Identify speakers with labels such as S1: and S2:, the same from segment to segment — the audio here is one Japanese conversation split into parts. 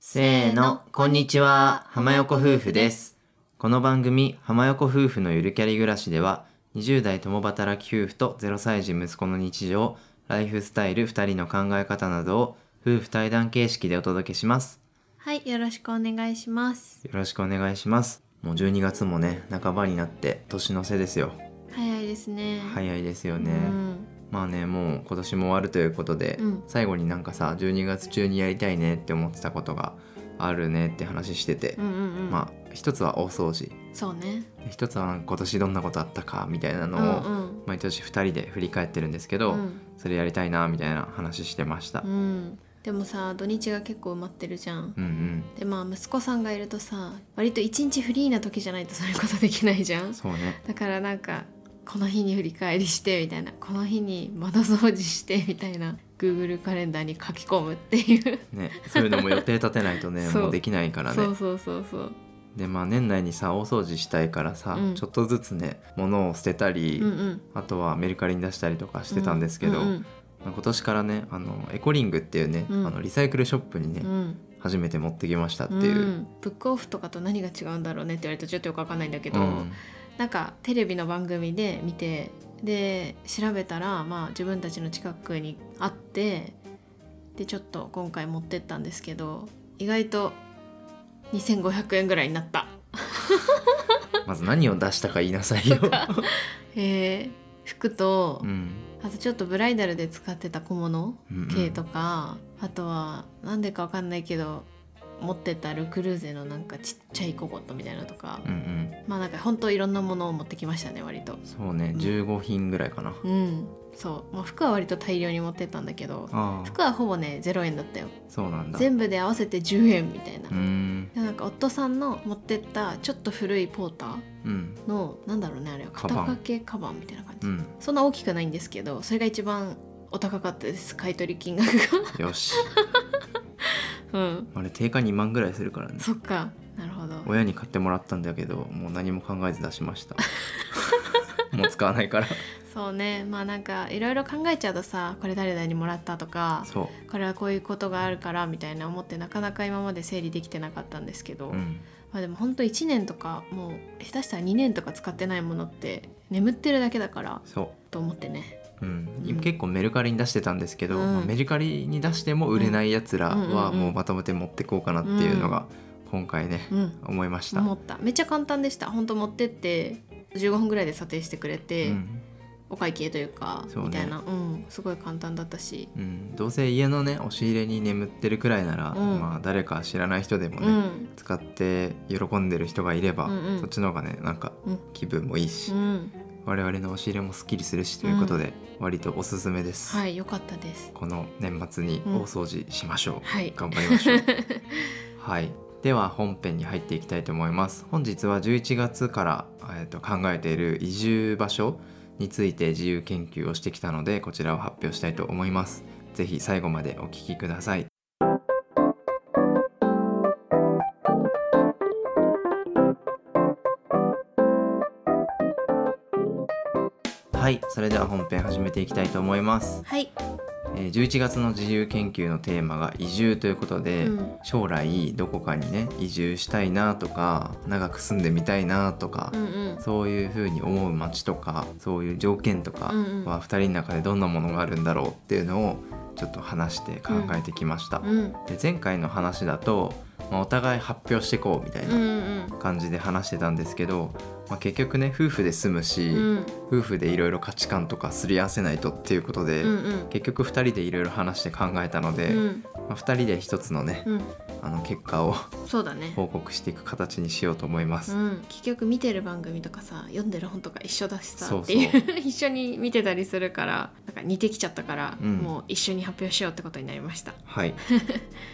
S1: せーの、こんにちは、浜横夫婦です。この番組、浜横夫婦のゆるキャリ暮らしでは、20代共働き夫婦と0歳児息子の日常、ライフスタイル2人の考え方などを夫婦対談形式でお届けします。
S2: はい、よろしくお願いします。
S1: よろしくお願いします。もう12月もね、半ばになって年の瀬ですよ。
S2: 早いですね。い
S1: 早いですよ
S2: よ
S1: ね。まあね、もう今年も終わるということで、
S2: うん
S1: 最後になんかさ、12月中にやりたいねって思ってたことがあるねって話してて
S2: う、んうんうん。
S1: まあ一つは大掃除
S2: そうね。
S1: 一つはなんか今年どんなことあったかみたいな
S2: う
S1: の
S2: んう
S1: を、
S2: ん。
S1: 毎年2人で振り返ってるんですけど、
S2: うん
S1: それやりたいなみたいな話してました、
S2: うん。でもさ、土日が結構埋まってるじゃん。
S1: うん、うん
S2: でまあ息子さんがいるとさ、割と一日フリーな時じゃないとそういうことできないじゃん。
S1: そうね
S2: だからなんかこの日に振り返りしてみたいな、この日に窓掃除してみたいな。Google カレンダーに書き込むっていう、
S1: ねそういうのも予定立てないとね
S2: そう
S1: もうできないから
S2: そう
S1: ね
S2: そうそうそう
S1: でまあ年内にさ大掃除したいからさ、
S2: うん
S1: ちょっとずつね物を捨てたり、
S2: うんうん
S1: あとはメルカリに出したりとかしてたんですけど、
S2: うん
S1: まあ今年からねあのエコリングっていうね、
S2: うん
S1: あのリサイクルショップにね、
S2: うんうん
S1: 初めて持ってきましたって
S2: うん
S1: いう、
S2: ん、ブックオフとかと何が違うんだろうねって言われるとちょっとよくわかんないんだけど、
S1: うん
S2: なんかテレビの番組で見てで調べたら、まあ、自分たちの近くにあってでちょっと今回持ってったんですけど意外と2500円ぐらいになった
S1: まず何を出したか言いなさいよ。
S2: えー服と、
S1: うん
S2: あとちょっとブライダルで使ってた小物
S1: うんうん
S2: 系とか、あとはなんでかわかんないけど持ってたル・クルーゼのなんかちっちゃいココットみたいなのとか、
S1: うんうん、
S2: まあなんか本当いろんなものを持ってきましたね割と
S1: そうね、
S2: うん
S1: 15品ぐらいかな。
S2: うんそう、まあ、服は割と大量に持ってったんだけど
S1: ああ、
S2: 服はほぼね0円だったよ
S1: そうなんだ。
S2: 全部で合わせて10円みたいな、
S1: うーん、
S2: でなんか夫さんの持ってったちょっと古いポーター
S1: うん、
S2: のなんだろうねあれは
S1: カ
S2: 肩
S1: バン
S2: 掛けカバンみたいな感
S1: う
S2: じ、
S1: ん、
S2: そんな大きくないんですけどそれが一番お高かったです買い取り金額
S1: よし。
S2: がうん
S1: あれ定価2万ぐらいするからね。
S2: そっかなるほど
S1: 親に買ってもらったんだけど、もう何も考えず出しま した。もう使わないから。
S2: そうねまあなんかいろいろ考えちゃうとさこれ誰々にもらったとか
S1: そ
S2: これはこういうことがあるからみたいな思ってなかなか今まで整理できてなかったんですけど、
S1: う、うん、
S2: まあでも本当1年とかもう下手したら2年とか使ってないものって眠ってるだけだから
S1: そ
S2: と思ってね
S1: う。うん、
S2: うん
S1: 結構メルカリに出してたんですけど、
S2: うん
S1: まあメルカリに出しても売れないやつらは
S2: うんうんうん
S1: もうまとめて持ってこうかなっていうのが今回ね、
S2: うん
S1: 思いました。
S2: 思っためっちゃ簡単でした本当持ってって15分ぐらいで査定してくれ
S1: う
S2: て、
S1: ん
S2: お会計というか
S1: そうね
S2: みたいな、うん、すごい簡単だったし、
S1: うん、どうせ家のね押し入れに眠ってるくらいなら、
S2: うん
S1: まあ誰か知らない人でもね、
S2: うん
S1: 使って喜んでる人がいれば、
S2: うんうん
S1: そっちの方がねなんか
S2: うん
S1: 気分もいいし、
S2: うん、
S1: 我々の押し入れもすっきりするしということで、割とおすすめです、
S2: はい良かったです
S1: この年末に
S2: うん
S1: 大掃除しましょう、
S2: はい
S1: 頑張りましょう はいでは本編に入っていきたいと思います本日は11月から、えー、と考えている移住場所について自由研究をしてきたのでこちらを発表したいと思いますぜひ最後までお聞きくださいはいそれでは本編始めていきたいと思います
S2: はい、
S1: えー11月の自由研究のテーマが移住ということで、
S2: うん
S1: 将来どこかにね移住したいなとか長く住んでみたいなとか
S2: う、んうん
S1: そういうふうに思う街とかそういう条件とか
S2: うんうん
S1: は2人の中でどんなものがあるんだろうっていうのをちょっと話して考えてきました。
S2: うん
S1: で前回の話だと、まあお互い発表していこうみたい
S2: うん
S1: な感じで話してたんですけど、まあ、結局ね夫婦で住むし、
S2: うんうん
S1: 夫婦でいろいろ価値観とかすり合わせないとっていうことで。
S2: うんうん
S1: 結局2人でいろいろ話して考えたので、
S2: うん
S1: まあ、2人で1つのね、
S2: うん
S1: あの結果を
S2: そうだね
S1: 報告していく形にしようと思います。
S2: うん、結局見てる番組とかさ読んでる本とか一緒だしさ
S1: そう
S2: っ
S1: そ
S2: て
S1: う
S2: いう 一緒に見てたりするからなんか似てきちゃったから、
S1: うん
S2: もう一緒に発表しようってことになりました。
S1: はいじゃ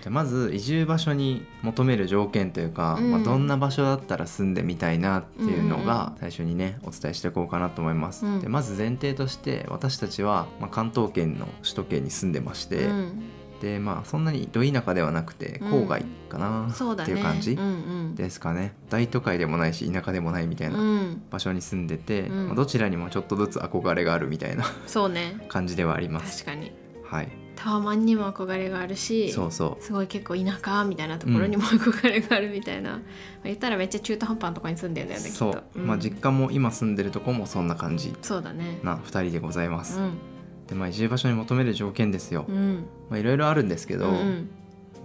S1: あまず移住場所に求める条件というか、
S2: うん
S1: まあ、どんな場所だったら住んでみたいなっていうのが最初にねお伝えしていこうかなと思います。
S2: うん
S1: でまず前提として私たちは、まあ、関東圏の首都圏に住んでまして、
S2: うん、
S1: でまあそんなにど田舎ではなくて
S2: うん
S1: 郊外かな
S2: そう
S1: っ
S2: だ
S1: て
S2: ね
S1: いう感じ
S2: うんうん、
S1: ですかね。大都会でもないし田舎でもないみたいな
S2: うん、
S1: 場所に住んでて、
S2: うん
S1: まあどちらにもちょっとずつ憧れがあるみたいな
S2: そうね
S1: 感じではあります。
S2: 確かに、
S1: はい、
S2: タワマンにも憧れがあるし
S1: そうそう
S2: すごい結構田舎みたいなところにも憧れがあるみたいな、まあ言ったらめっちゃ中途半端なところに住んでるんだよねきっと
S1: そう、
S2: ん
S1: まあ実家も今住んでるとこもそんな感じ
S2: そうだね
S1: な2人でございます、
S2: うん
S1: でまあ移住場所に求める条件ですよ、
S2: うん
S1: まあいろいろあるんですけど、
S2: うん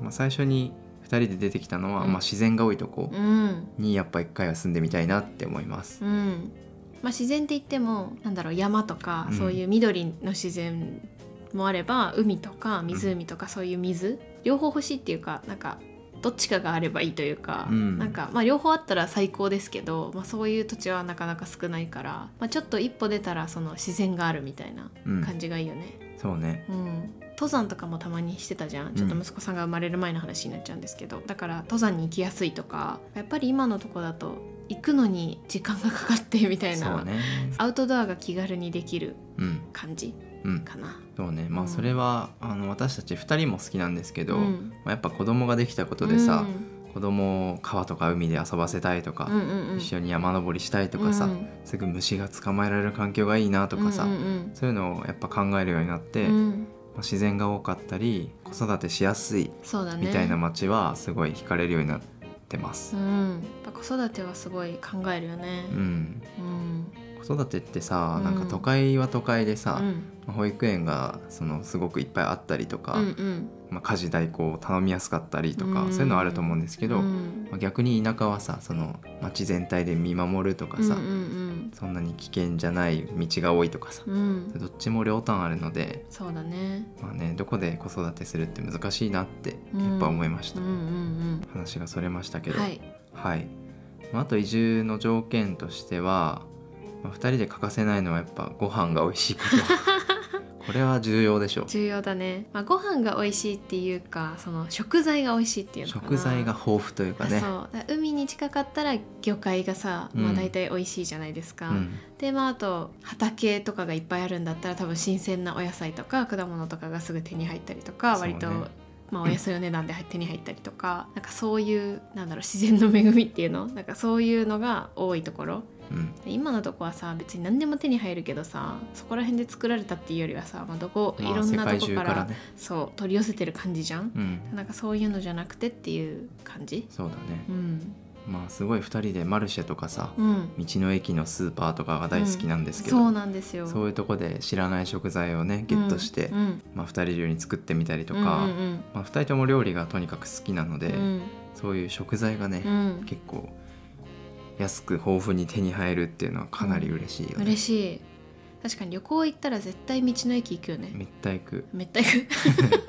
S1: まあ、最初に2人で出てきたのは、
S2: うん
S1: まあ自然が多いとこ
S2: うん
S1: にやっぱ1回は住んでみたいなって思います、
S2: うんまあ、自然って言ってもなんだろう山とか、
S1: うん
S2: そういう緑の自然もあれば海とか湖とかそういう水、両方欲しいっていうかなんかどっちかがあればいいというか、
S1: うん
S2: なんかまあ両方あったら最高ですけど、まあ、そういう土地はなかなか少ないから、まあ、ちょっと一歩出たらその自然があるみたいな
S1: うん、
S2: 感じがいいよね。
S1: そうね
S2: うん登山とかもたまにしてたじゃんちょっと息子さんが生まれる前の話になっちゃうんですけど、だから登山に行きやすいとかやっぱり今のとこだと行くのに時間がかかってみたい
S1: そ
S2: な、
S1: うね
S2: アウトドアが気軽にできる
S1: うん
S2: 感じ
S1: うん
S2: かな。
S1: そうねま
S2: う
S1: あ
S2: ん
S1: それは、あの私たち2人も好きなんですけど、
S2: うん
S1: まあ、やっぱ子供ができたことでさ、
S2: う
S1: 子供を川とか海で遊ばせたいとか、
S2: んうんうんうん、
S1: 一緒に山登りしたいとかさ、
S2: うん
S1: すぐ虫が捕まえられる環境がいいなとかさ、
S2: うんうん
S1: そういうのをやっぱ考えるようになっ
S2: う
S1: て、
S2: んうん
S1: まあ自然が多かったり子育てしやすい
S2: そうだね
S1: みたいな街はすごい惹かれるようになってます
S2: う。ん、やっぱ子育てはすごい考えるよね。
S1: うん、
S2: うん
S1: 子育てってさ
S2: うん
S1: なんか都会は都会で
S2: う
S1: さ、
S2: ん
S1: 保育園がそのすごくいっぱいあったりとか、
S2: うんうん
S1: まあ、家事代行を頼みやすかったりとか、
S2: うん
S1: そういうのはあると思うんですけど、
S2: うん
S1: まあ逆に田舎はさその街全体で見守るとかさ、
S2: うんうん
S1: そんなに危険じゃない道が多いとかさ、
S2: うんうん、
S1: どっちも両端あるので、
S2: そうだね。
S1: まあね、どこで子育てするって難しいなってやっぱ思いまし
S2: う
S1: た、
S2: んうん
S1: 話がそれました
S2: う
S1: け
S2: ん、
S1: ど、
S2: はい、
S1: はい、まあ、あと移住の条件としては、まあ、2人で欠かせないのはやっぱご飯が美味しいこと これは重要でしょう
S2: 重要だね、まあ、ご飯が美味しいっていうかその食材が美味しいっていうのかな
S1: 食材が豊富というかね
S2: そうだから海に近かったら魚介がさ、
S1: う
S2: まあ、
S1: ん
S2: 大体美味しいじゃないですか、
S1: うん、
S2: でまああと畑とかがいっぱいあるんだったら多分新鮮なお野菜とか果物とかがすぐ手に入ったりとか、
S1: そうね
S2: 割と、まあ、お安いお値段で手に入ったりとか、なんかそういうなんだろう自然の恵みっていうのなんかそういうのが多いところ
S1: うん
S2: 今のとこはさ別に何でも手に入るけどさそこら辺で作られたっていうよりはさ、まあ、どこ、
S1: まあ
S2: いろんなとこ
S1: 世界中
S2: か
S1: かららね、
S2: そう取り寄せてる感じじゃん、
S1: うん、
S2: なんかそういうのじゃなくてっていう感じ
S1: そうだね
S2: うん
S1: まあすごい2人でマルシェとかさ、
S2: うん
S1: 道の駅のスーパーとかが大好きなんですけど、
S2: そうなんですよ
S1: そういうとこで知らない食材をねゲットして、
S2: うんうん
S1: まあ、2人流に作ってみたりとか、
S2: うんうん
S1: まあ、2人とも料理がとにかく好きなので、
S2: うん
S1: そういう食材がね、
S2: うん
S1: 結構安く豊富に手に入るっていうのはかなり嬉しいよね
S2: 嬉。しい確かに旅行行ったら絶対道の駅行くよね
S1: めった行く
S2: めった行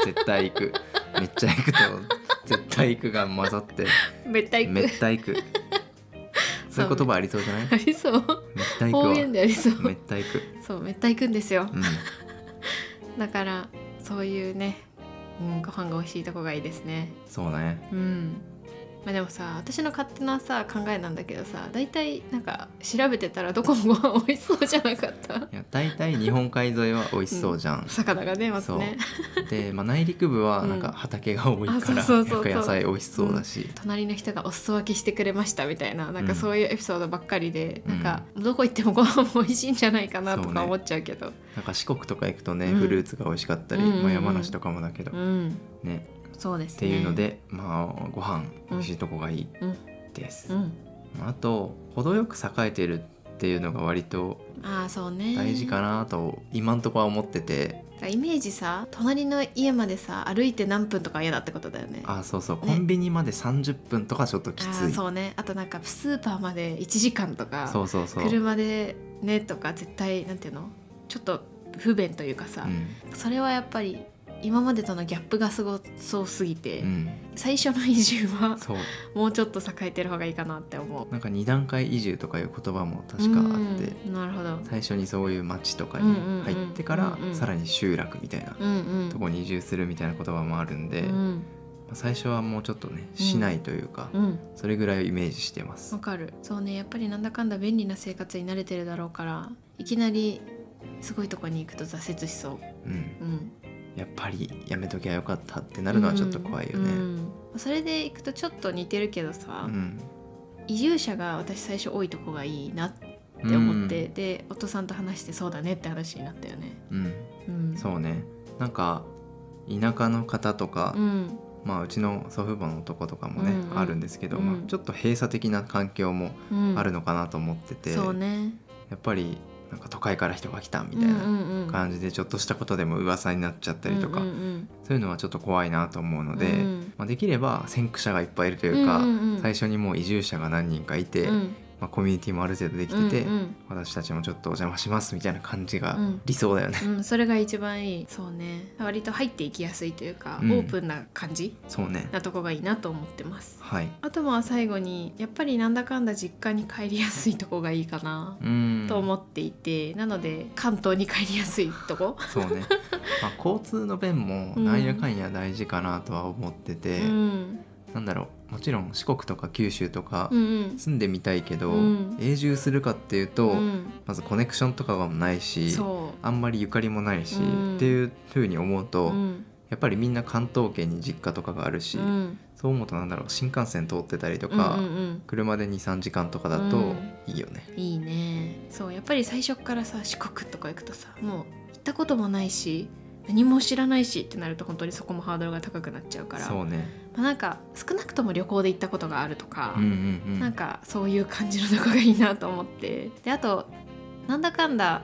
S1: 絶対行くめっちゃ行くと絶対行くが混ざって
S2: く めった行
S1: め
S2: く
S1: った行くそういう言葉ありそうじゃない
S2: ありそう
S1: めった行く
S2: 方
S1: は
S2: 言でありそう
S1: めった行く
S2: そうめった行くんですよ
S1: うん
S2: だからそういうね、うん、ご飯が美味しいとこがいいですね
S1: そうね
S2: うんまあでもさ私の勝手なさ考えなんだけどさ大体なんか調べてたらどこもご飯美味しそうじゃなかった
S1: いや大体日本海沿いは美味しそうじゃん、
S2: 魚がねまずね
S1: で、まあ、内陸部は
S2: うん
S1: なんか畑が多いから、
S2: あそうそうそうそう
S1: なんか野菜美味しそうだし、
S2: 隣の人がお裾分けしてくれましたみたいななん
S1: う
S2: か
S1: ん
S2: そういうエピソードばっかりで、
S1: うん
S2: なんかどこ行ってもご飯も美味しいんじゃないかなと
S1: そうね
S2: か思っちゃうけどう
S1: なんか四国とか行くとね、
S2: うん
S1: フルーツが美味しかったり、
S2: うんうんうん
S1: まあ、山梨とかもだけど、
S2: ん
S1: ね
S2: そうで
S1: っ
S2: す
S1: て
S2: ね
S1: いうので、まあご飯美味しいとこがいい
S2: うん
S1: です、
S2: うん
S1: あと程よく栄えてるっていうのが割と
S2: ああそうね
S1: 大事かなと今んとこは思ってて、
S2: だからイメージさ隣の家までさ歩いて何分とかは嫌だってことだよね
S1: あそうそうコ
S2: ね
S1: ンビニまで30分とかちょっとき
S2: あ
S1: つ
S2: ー
S1: い、
S2: そうねあとなんかスーパーまで1時間とか
S1: そうそうそう
S2: 車でねとか絶対なんていうのちょっと不便というかさ、
S1: うん
S2: それはやっぱり今までとのギャップがすごそうすぎて、
S1: うん、
S2: 最初の移住は
S1: そう
S2: もうちょっと栄えてる方がいいかなって思う
S1: なんか二段階移住とかいう言葉も確かあって、
S2: うんなるほど
S1: 最初にそういう町とか
S2: う
S1: に
S2: んうんうん
S1: 入ってから
S2: うんうん
S1: さらに集落みたいな
S2: うんうん
S1: とこに移住するみたいな言葉もあるんで、
S2: う
S1: ま
S2: ん
S1: あ最初はもうちょっとね市内というか、
S2: うん
S1: それぐらいをイメージしてます
S2: わ。かるそうねやっぱりなんだかんだ便利な生活に慣れてるだろうからいきなりすごいとこに行くと挫折しそう
S1: うん、
S2: うん
S1: やっぱりやめときゃよかったってなるのはちょっと怖いよ
S2: うん
S1: ね。
S2: うんそれで行くとちょっと似てるけど
S1: う
S2: さ、
S1: ん、
S2: 移住者が私最初多いとこがいいなって
S1: うん、
S2: 思って、でお父さんと話してそうだねって話になったよね。
S1: うん、
S2: うん、
S1: そうね。なんか田舎の方とか、
S2: うん
S1: まあ、うちの祖父母のとことかもね、
S2: うんうん
S1: あるんですけど、
S2: うん
S1: まあ、ちょっと閉鎖的な環境も
S2: うん、
S1: あるのかなと思ってて、
S2: そうね
S1: やっぱりなんか都会から人が来たみたいな
S2: じ
S1: 感じでちょっとしたことでも噂になっちゃったりとか、
S2: うんうん
S1: そういうのはちょっと怖いなと思う
S2: う
S1: の
S2: ん、
S1: で、
S2: うん
S1: まあ、できれば先駆者がいっぱいいるというか、
S2: うんうんうん
S1: 最初にもう移住者が何人かいて、
S2: うん
S1: まあ、コミュニティもある程度できてて、
S2: うんうん
S1: 私たちもちょっとお邪魔しますみたいな感じが
S2: うん
S1: 理想だよね。
S2: うん、それが一番いいそうね割と入っていきやすいというか、
S1: うん
S2: オープンな感じ
S1: そうね
S2: なとこがいいなと思ってます
S1: はい
S2: あとは最後にやっぱりなんだかんだ実家に帰りやすいとこがいいかな
S1: うん
S2: と思っていて、なので関東に帰りやすいとこ、
S1: そう ね、まあ、交通の便もなんやかんや大事かなとは思ってて、
S2: うん、
S1: なんだろうもちろん四国とか九州とか
S2: うんうん
S1: 住んでみたいけど、
S2: うん
S1: 永住するかっていうと、
S2: うん
S1: まずコネクションとかもないし
S2: そ
S1: あんまりゆかりもないし、
S2: うん
S1: っていうふうに思う
S2: う、
S1: と、
S2: うん
S1: やっぱりみんな関東圏に実家とかがあるし、
S2: うん、
S1: そう思うとなんだろう新幹線通ってたりとか、
S2: うんうん
S1: 車で23時間とかだ
S2: う
S1: と
S2: ん
S1: いいよね。
S2: うん、いいねそうやっぱり最初からさ四国とか行くとさもう行ったこともないし何も知らないしってなると本当にそこもハードルが高くなっちゃうから
S1: そうね、
S2: まあ、なんか少なくとも旅行で行ったことがあるとか、
S1: うんうんうん、
S2: なんかそういう感じのとこがいいなと思ってであとなんだかんだ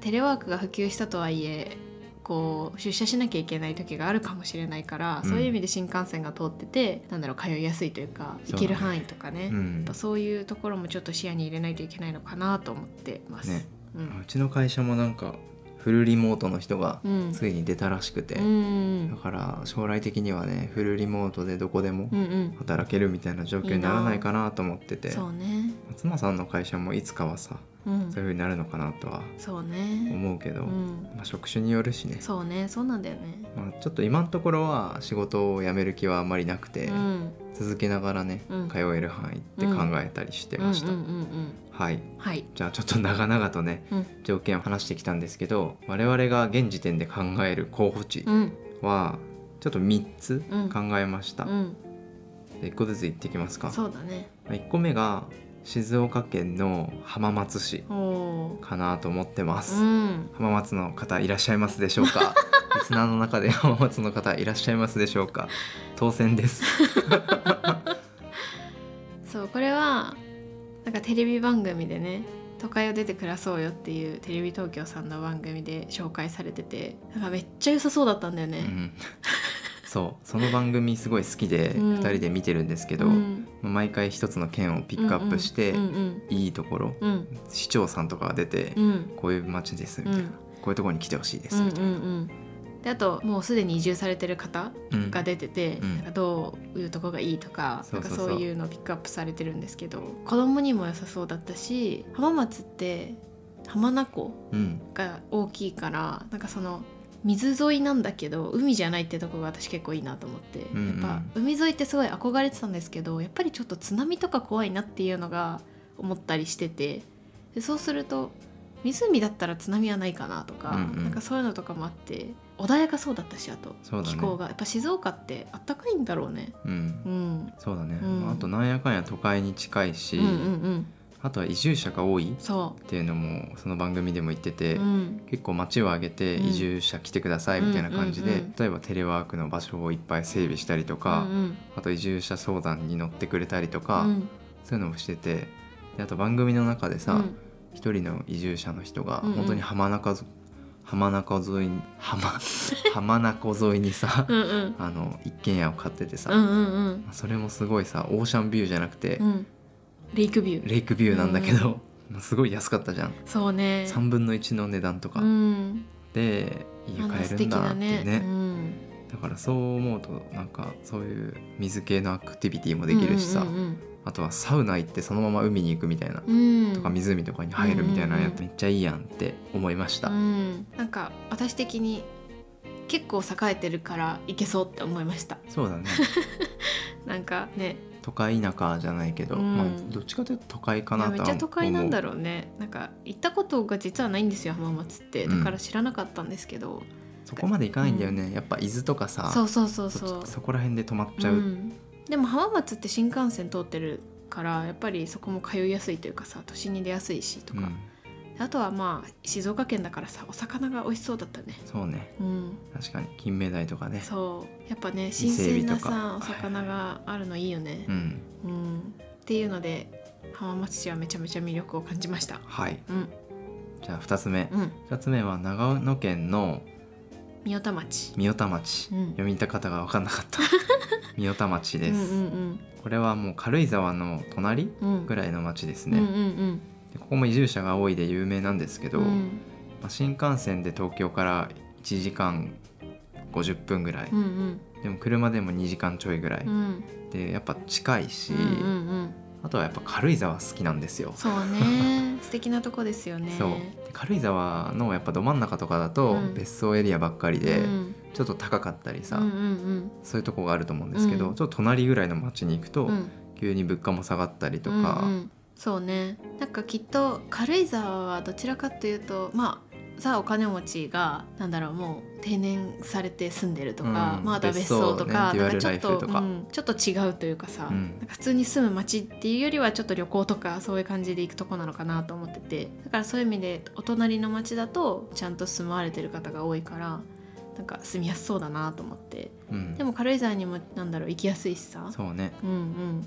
S2: テレワークが普及したとはいえこう出社しなきゃいけない時があるかもしれないから、
S1: うん
S2: そういう意味で新幹線が通っててなんだろう通いやすいというか
S1: そうだね
S2: 行ける範囲とかね
S1: う
S2: やっ
S1: ん
S2: ぱそういうところもちょっと視野に入れないといけないのかなと思ってます。
S1: ね
S2: うん
S1: うちの会社もなんかフルリモートの人が
S2: うん
S1: ついに出たらしくて、
S2: うんうん
S1: だから将来的にはねフルリモートでどこでも
S2: うんうん
S1: 働けるみたいな状況にならないかなと思ってて
S2: そうね、
S1: 妻さんの会社もいつかはさ
S2: うん
S1: そういうふうになるのかなとは
S2: そうね、
S1: 思うけど、
S2: うん、
S1: まあ、職種によるしね、
S2: そうねそうなんだよね。
S1: まあ、ちょっと今のところは仕事を辞める気はあんまりなくて、
S2: うん
S1: 続けながらね、
S2: うん
S1: 通える範囲って考えたりしてました、
S2: うんうんうんうん、
S1: はい
S2: はい、
S1: じゃあちょっと長々とね
S2: うん
S1: 条件を話してきたんですけど我々が現時点で考える候補地
S2: うん
S1: はちょっと3つ
S2: うん
S1: 考えました、
S2: うん、
S1: 1個ずつ言ってきますか
S2: そうだね
S1: 1個目が静岡県の浜松市
S2: おお
S1: かなと思ってま
S2: ー
S1: す、
S2: うん
S1: 浜松の方いらっしゃいますでしょう かリスナーの中で浜松の方いらっしゃいますでしょうか当選 です
S2: そうこれはなんかテレビ番組でね都会を出て暮らそうよっていうテレビ東京さんの番組で紹介されててなんかめっちゃ良さそうだったんだよ
S1: う
S2: ね、
S1: んそうその番組すごい好きで
S2: うん
S1: 2人で見てるんですけど、
S2: うん
S1: 毎回一つの県をピックアップして、
S2: うんうん
S1: いいところ
S2: うん
S1: 市長さんとかが出て、
S2: うんうん
S1: こういう街ですみ
S2: う
S1: たいな、
S2: ん
S1: こういうところに来てほしいで
S2: う
S1: す
S2: ん
S1: みたいな、
S2: うんであともうすでに移住されてる方
S1: うん
S2: が出てて、
S1: うん
S2: なんかどういうとこがいいとか
S1: そうそうそう
S2: なんかそういうのをピックアップされてるんですけど子供にも良さそうだったし浜松って浜名湖
S1: うん
S2: が大きいからなんかその水沿いなんだけど海じゃないってとこが私結構いいなと思って、
S1: んうん
S2: やっぱ海沿いってすごい憧れてたんですけどやっぱりちょっと津波とか怖いなっていうのが思ったりしててでそうすると湖だったら津波はないかなとか、
S1: うんうん
S2: なんかそういうのとかもあって穏やかそうだったしあと、
S1: そうだね
S2: 気候がやっぱ静岡ってあったかいんだろうね。
S1: うん
S2: うん、
S1: そうだね、
S2: うん
S1: まああとなんやかんや都会に近いし、
S2: うんうんうん
S1: あとは移住者が多いっ
S2: そ
S1: ていうのもその番組でも言ってて、
S2: う、うん、
S1: 結構街を挙げて
S2: うん
S1: 移住者来てくださいみたいな感じで、
S2: うんうんうん
S1: 例えばテレワークの場所をいっぱい整備したりとか、
S2: うんうん
S1: あと移住者相談に乗ってくれたりとか、
S2: うん
S1: そういうのもしててであと番組の中で
S2: う
S1: さ
S2: ん
S1: 一、人の移住者の人が
S2: うんうん
S1: 本当に浜中ぞ、浜中沿いに浜 浜中沿いにさ
S2: うんうん
S1: あの一軒家を買っててさ、
S2: うんうんうん
S1: それもすごいさオーシャンビューじゃなくて、
S2: うん、レイクビュー
S1: レイクビューなんだけど、すごい安かったじゃん
S2: そうね
S1: 3分の1の値段とか、
S2: うん、
S1: で家
S2: あの
S1: 買え
S2: 素
S1: るん
S2: 敵
S1: だって
S2: だ
S1: ね
S2: ねうん、
S1: だからそう思うとなんかそういう水系のアクティビティもできるしさ、
S2: うんうん
S1: あとはサウナ行ってそのまま海に行くみたいな、
S2: うんうん
S1: とか湖とかに入るみたいなのやっ
S2: うん
S1: てめっちゃいいやんって思いました、
S2: うん、なんか私的に結構栄えてるからいけそうって思いました
S1: そう だね
S2: なんかね
S1: 都会田舎じゃないけど、
S2: うん
S1: まあ、どっちかというと都会か
S2: いや
S1: な
S2: め
S1: と
S2: っ
S1: は
S2: ちゃ都会なんだ
S1: ろ
S2: ろうねなんか行ったことが実はないんですよ浜松ってだから知らなかったんですけど、
S1: そこまで行かないんだよね、やっぱ伊豆とかさ
S2: そうそうそうそ
S1: そうっちそこら辺で止まっちゃう、
S2: ん、でも浜松って新幹線通ってるからやっぱりそこも通いやすいというかさ都心に出やすいしとか、
S1: うん
S2: あとはまあ静岡県だからさお魚が美味しそうだったね
S1: そうね
S2: うん
S1: 確かに金目鯛とかね
S2: そうやっぱね
S1: 伊
S2: 新
S1: 勢海
S2: 鮮
S1: 老
S2: な
S1: とか
S2: さお魚があるのいいよね
S1: う、ん
S2: うん、っていうので浜松市はめちゃめちゃ魅力を感じました
S1: はい
S2: うん
S1: じゃあ2つ目
S2: うん
S1: 2つ目は長野県の
S2: 三代田町
S1: 三代田町、
S2: うん
S1: 読み方が分かんなかった 三代田町です、
S2: うん
S1: これはもう軽井沢の隣
S2: うんうん
S1: ぐらいの町ですね、
S2: うんうん
S1: でここも移住者が多いで有名なんですけ
S2: う
S1: ど、
S2: んうん
S1: まあ新幹線で東京から1時間50分ぐらい、
S2: うんうん
S1: でも車でも2時間ちょいぐらい、
S2: うん
S1: でやっぱ近いし、
S2: うんうんうん
S1: あとはやっぱ軽井沢好きなんですよ、
S2: そう ね素敵なとこですよね
S1: そうで軽井沢のやっぱど真ん中とかだと
S2: うん
S1: 別荘エリアばっかりで、
S2: うん
S1: ちょっと高かったりさ、
S2: うんうん
S1: そういうとこがあると思うんですけど、
S2: うん
S1: ちょっと隣ぐらいの町に行くと、
S2: うんうん
S1: 急に物価も下がったりとか、
S2: うんうんそうねなんかきっと軽井沢はどちらかというとまあザお金持ちがなんだろうもう定年されて住んでるとか、
S1: うん
S2: まあ、あとは別荘とか,、
S1: 別荘ね
S2: なんかちょ
S1: デュアルライ
S2: っ
S1: フ
S2: と
S1: とか
S2: うんちょっと違うというかさ、
S1: うん
S2: なんか普通に住む街っていうよりはちょっと旅行とかそういう感じで行くとこなのかなと思っててだからそういう意味でお隣の街だとちゃんと住まわれてる方が多いからなんか住みやすそうだなと思って
S1: うん
S2: でも軽井沢にもなんだろう行きやすいしさ
S1: そうね、
S2: うんうん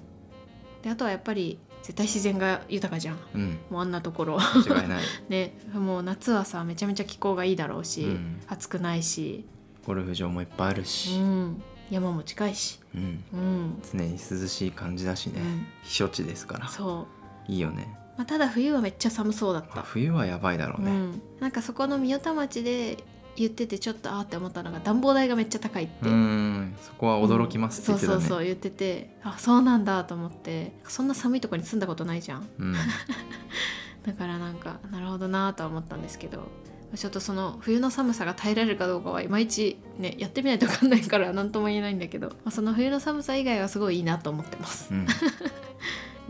S2: であとはやっぱり絶対自然が豊かじゃん
S1: うん、
S2: もうあんなところ
S1: 間違い ない、
S2: ねもう夏はさめちゃめちゃ気候がいいだろうし、
S1: うん
S2: 暑くないし、
S1: ゴルフ場もいっぱいある
S2: う
S1: し、
S2: ん、山も近いし、
S1: うん、
S2: うん
S1: 常に涼しい感じだしね、
S2: うん
S1: 避暑地ですから
S2: そう、
S1: いいよね
S2: まあ、ただ冬はめっちゃ寒そうだっ
S1: まあ
S2: た、
S1: 冬はやばいだろう
S2: う
S1: ね、
S2: ん、なんかそこの三代田町で言っててちょっとあーって思ったのが暖房代がめっちゃ高いって、
S1: うーんそこは驚きますって
S2: う
S1: 言って
S2: んそう
S1: た
S2: そうそう
S1: ね
S2: 言っててあそうなんだと思ってそんな寒いとこに住んだことないじゃん
S1: うん
S2: だからなんかなるほどなとは思ったんですけどちょっとその冬の寒さが耐えられるかどうかはいまいちねやってみないと分かんないから 何とも言えないんだけど、まあ、その冬の寒さ以外はすごいいいなと思ってます。
S1: うん
S2: うん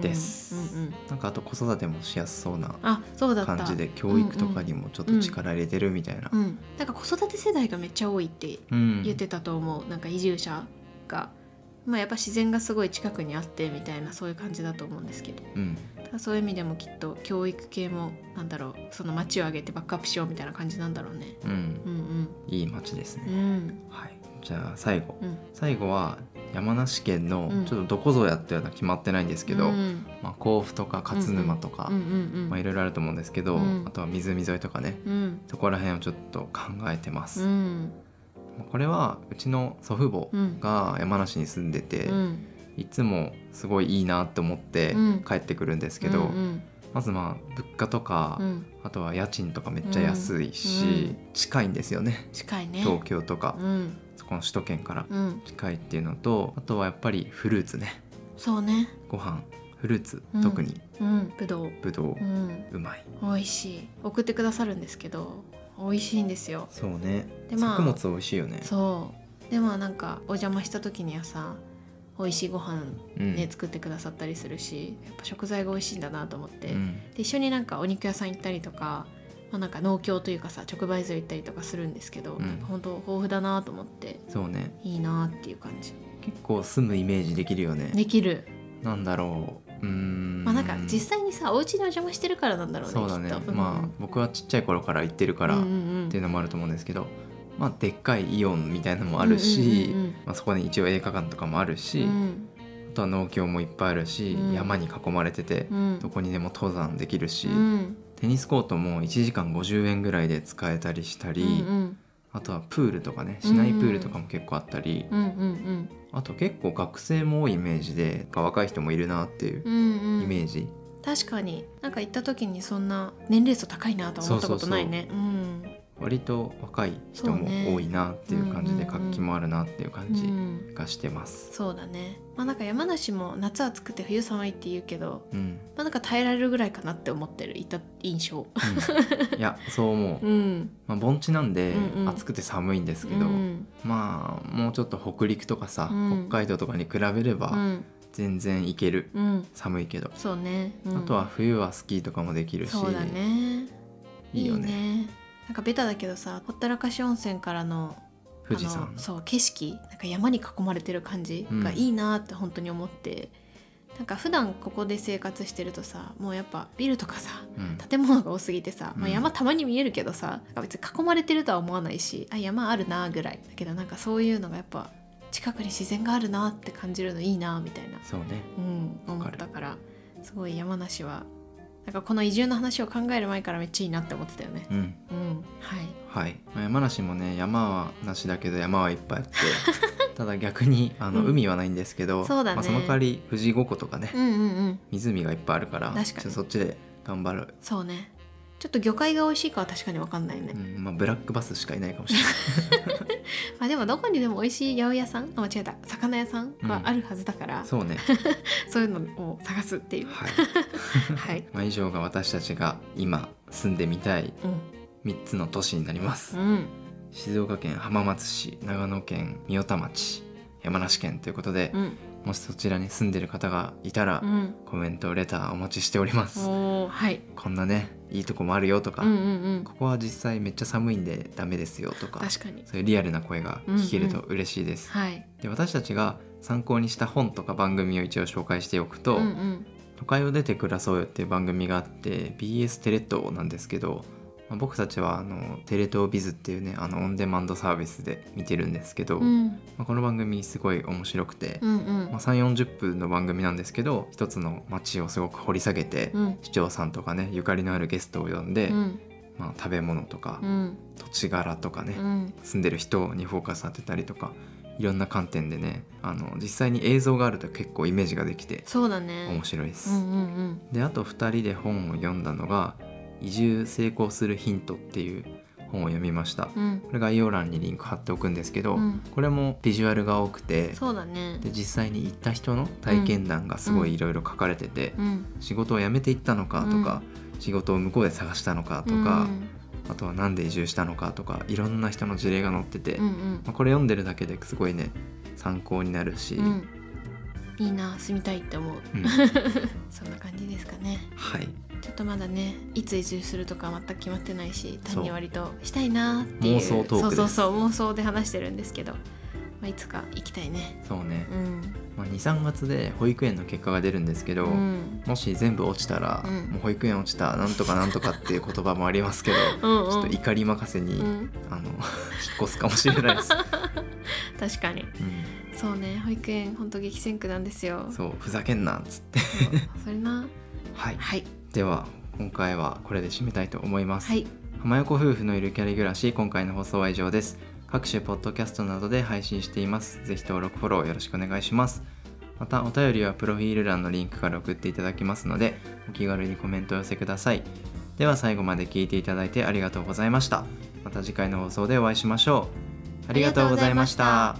S1: です
S2: うんうん
S1: なんかあと子育てもしやすそうな
S2: あそうだった
S1: 感じで教育とかにもちょっと力入れてるみたいな
S2: う、ん、なんか子育て世代がめっちゃ多いって
S1: うん
S2: 言ってたと思う、なんか移住者が、まあ、やっぱ自然がすごい近くにあってみたいなそういう感じだと思うんですけど
S1: うん
S2: ただそういう意味でもきっと教育系もなんだろうその町を挙げてバックアップしようみたいな感じなんだろうね。
S1: うん
S2: うんうん
S1: いい街です
S2: う
S1: ね、
S2: ん
S1: はいじゃあ最後
S2: うん
S1: 最後は山梨県の
S2: うん
S1: ちょっとどこぞやっては決まってないんですけど、
S2: うん
S1: まあ、甲府とか勝沼とか、
S2: うんうんうん
S1: まあ、いろいろあると思うんですけど、
S2: うん
S1: あとは湖沿いとかね
S2: うん
S1: そこら辺をちょっと考えてま
S2: う
S1: す、
S2: ん
S1: まあこれはうちの祖父母
S2: うん
S1: が山梨に住んでて、
S2: うん
S1: いつもすごいいいなと思って
S2: うん
S1: 帰ってくるんですけど、
S2: うん
S1: まずまあ物価とか、
S2: うん
S1: あとは家賃とかめっちゃ安いし、
S2: うん
S1: 近いんですよね
S2: 近いね
S1: 東京とか、
S2: うん
S1: そこの首都圏から
S2: うん
S1: 近いっていうのとあとはやっぱりフルーツね
S2: そうね
S1: ご飯フルーツ、
S2: うん
S1: 特に
S2: うんぶどう
S1: ぶどう、
S2: う
S1: うんまい
S2: 美味しい送ってくださるんですけど美味しいんですよ
S1: そうね
S2: でまあ
S1: 作物美味しいよね
S2: そうでもなんかお邪魔した時にはさ美味しいご飯
S1: うん
S2: ね作ってくださったりするしやっぱ食材が美味しいんだなと思って
S1: うん
S2: で一緒になんかお肉屋さん行ったりとか,、まあ、なんか農協というかさ直売所行ったりとかするんですけど、
S1: うん
S2: なんか本当豊富だなと思って
S1: そうね
S2: いいなっていう感じ
S1: 結構住むイメージできるよね
S2: できる、
S1: なんだろううーん
S2: まあ、なんか実際にさお家にお邪魔してるからなんだろうね
S1: そうだね
S2: きっと、
S1: まあ僕はちっちゃい頃から行ってるから
S2: う
S1: っ
S2: んうんうん
S1: ていうのもあると思うんですけど、まあ、でっかいイオンみたいなのもあるし、
S2: うんうんうん
S1: まあ、そこに一応映画館とかもあるし、
S2: うん
S1: あとは農協もいっぱいあるし、
S2: うん
S1: 山に囲まれてて、
S2: うん
S1: どこにでも登山できるし、
S2: うん
S1: テニスコートも1時間50円ぐらいで使えたりしたり、
S2: うん
S1: あとはプールとかね市内プールとかも結構あったり、
S2: うんうん
S1: あと結構学生も多いイメージでなんか若い人もいるなっていう
S2: うんうん
S1: イメ
S2: ジ
S1: ージ、
S2: 確かになんか行った時にそんな年齢層高いなとは思ったことないねうん
S1: 割と若い人も多いなっていう感じで
S2: そうねうんうんうん
S1: 活気もあるなっていう感じ
S2: うん
S1: がしてます。
S2: そうだねまあなんか山梨も夏暑くて冬寒いって言うけど
S1: うん
S2: まあなんか耐えられるぐらいかなって思ってるいた印象
S1: うんいやそう思う、
S2: ん
S1: まあ、盆地なんで
S2: うんうん
S1: 暑くて寒いんですけど、
S2: うん
S1: まあもうちょっと北陸とかさ、
S2: うん
S1: 北海道とかに比べれば
S2: うん
S1: 全然いける、
S2: うん
S1: 寒いけど、
S2: そうね、うん
S1: あとは冬はスキーとかもできるし
S2: そうだね
S1: いいよね
S2: なんかベタだけどさほったらかし温泉からの
S1: 富士
S2: あ
S1: 山
S2: のそう景色なんか山に囲まれてる感じがいいなって本当に思って、なんか普段ここで生活してるとさもうやっぱビルとかさ
S1: うん
S2: 建物が多すぎてさ、まあ、
S1: うん
S2: 山たまに見えるけどさ、なんか別に囲まれてるとは思わないしあ山あるなぐらいだけどなんかそういうのがやっぱ近くに自然があるなって感じるのいいなみたいな、
S1: そうね
S2: うん、思ったからすごい山梨はなんかこの移住の話を考える前からめっちゃいいなって思ってたよね。
S1: うん
S2: うん、はい
S1: はい、まあ山梨もね山はなしだけど山はいっぱいあっ てただ逆にあの、
S2: うん
S1: 海はないんですけど
S2: そうだね
S1: まあ、その代わり富士五湖とかね、
S2: うんうんうん
S1: 湖がいっぱいあるから
S2: 確かに
S1: ちょっとそっちで頑張る、
S2: そうねちょっと魚介が美味しいかは確かに分かんないね、
S1: うんまあ、ブラックバスしかいないかもしれない
S2: まあでもどこにでも美味しい八百屋さんあ間違えた魚屋さんはあるはずだから、
S1: そ
S2: そ
S1: うね、
S2: ういうのを探すっていう
S1: はい
S2: はい
S1: まあ、以上が私たちが今住んでみたい
S2: うん
S1: 3つの都市になります、
S2: うん
S1: 静岡県浜松市長野県三代田町山梨県ということで、
S2: うん
S1: もしそちらに住んでる方がいたら、
S2: うん
S1: コメントレターお待ちしております、
S2: おーはい
S1: こんなねいいとこもあるよとか、
S2: うんうんうん
S1: ここは実際めっちゃ寒いんでダメですよとか
S2: 確かに
S1: そういうリアルな声が聞けると嬉しいです、
S2: はい
S1: で私たちが参考にした本とか番組を一応紹介しておくと「
S2: うんうん
S1: 都会を出て暮らそうよ」っていう番組があって BS テレ東なんですけど、まあ僕たちはあのテレ東ビズっていうねあのオンデマンドサービスで見てるんですけど、
S2: うん
S1: まあ、この番組すごい面白くて、
S2: うんうん
S1: まあ、3 4 0分の番組なんですけど一つの街をすごく掘り下げて、
S2: うん
S1: 市長さんとかねゆかりのあるゲストを呼んで、
S2: うん
S1: まあ、食べ物とか、
S2: うん
S1: 土地柄とかね、
S2: うん
S1: 住んでる人にフォーカス当てたりとかいろんな観点でねあの実際に映像があると結構イメージができて
S2: そうだね
S1: 面白いです。
S2: うんうんうん
S1: であと2人で本を読んだのが「移住成功するヒント」っていう本を読みました。
S2: うん
S1: これ概要欄にリンク貼っておくんですけど、
S2: うん
S1: これもビジュアルが多くて
S2: そうだね
S1: で実際に行った人の体験談がすごいいろいろ書かれてて、
S2: うん
S1: 仕事を辞めていったのかとか、仕事を向こうで探したのかと
S2: う
S1: か、
S2: ん
S1: あとは何で移住したのかとかいろんな人の事例が載ってて、
S2: うん
S1: まあ、これ読んでるだけですごいね参考になるし、
S2: うんうんいいな住みたいって思う
S1: うん
S2: そんな感じですかね
S1: はい
S2: ちょっとまだねいつ移住するとか全く決まってないし
S1: そう
S2: 単に割としたいなっていう
S1: 妄想トークです
S2: そうそうそう妄想で話してるんですけど、まあ、いつか行きたいね
S1: そうね
S2: う、ん
S1: まあ、23月で保育園の結果が出るんですけど、
S2: うん
S1: もし全部落ちたら、
S2: うん
S1: もう保育園落ちたなんとかなんとかっていう言葉もありますけど
S2: うん
S1: ちょっと
S2: うん
S1: 怒り任せに、
S2: うん
S1: あの 引っ越すかもしれ ないです、
S2: 確かに
S1: う
S2: そうね保育園ほんと激戦区なんですよ
S1: ん
S2: そ
S1: そうふざけんなっつって
S2: それな
S1: はい
S2: はい
S1: では今回はこれで締めたいと思います、
S2: はい
S1: 浜横夫婦のいるキャリ暮らし今回の放送は以上です各種ポッドキャストなどで配信していますぜひ登録フォローよろしくお願いしますまたお便りはプロフィール欄のリンクから送っていただきますのでお気軽にコメントを寄せくださいでは最後まで聞いていただいてありがとうございましたまた次回の放送でお会いしましょうありがとうございました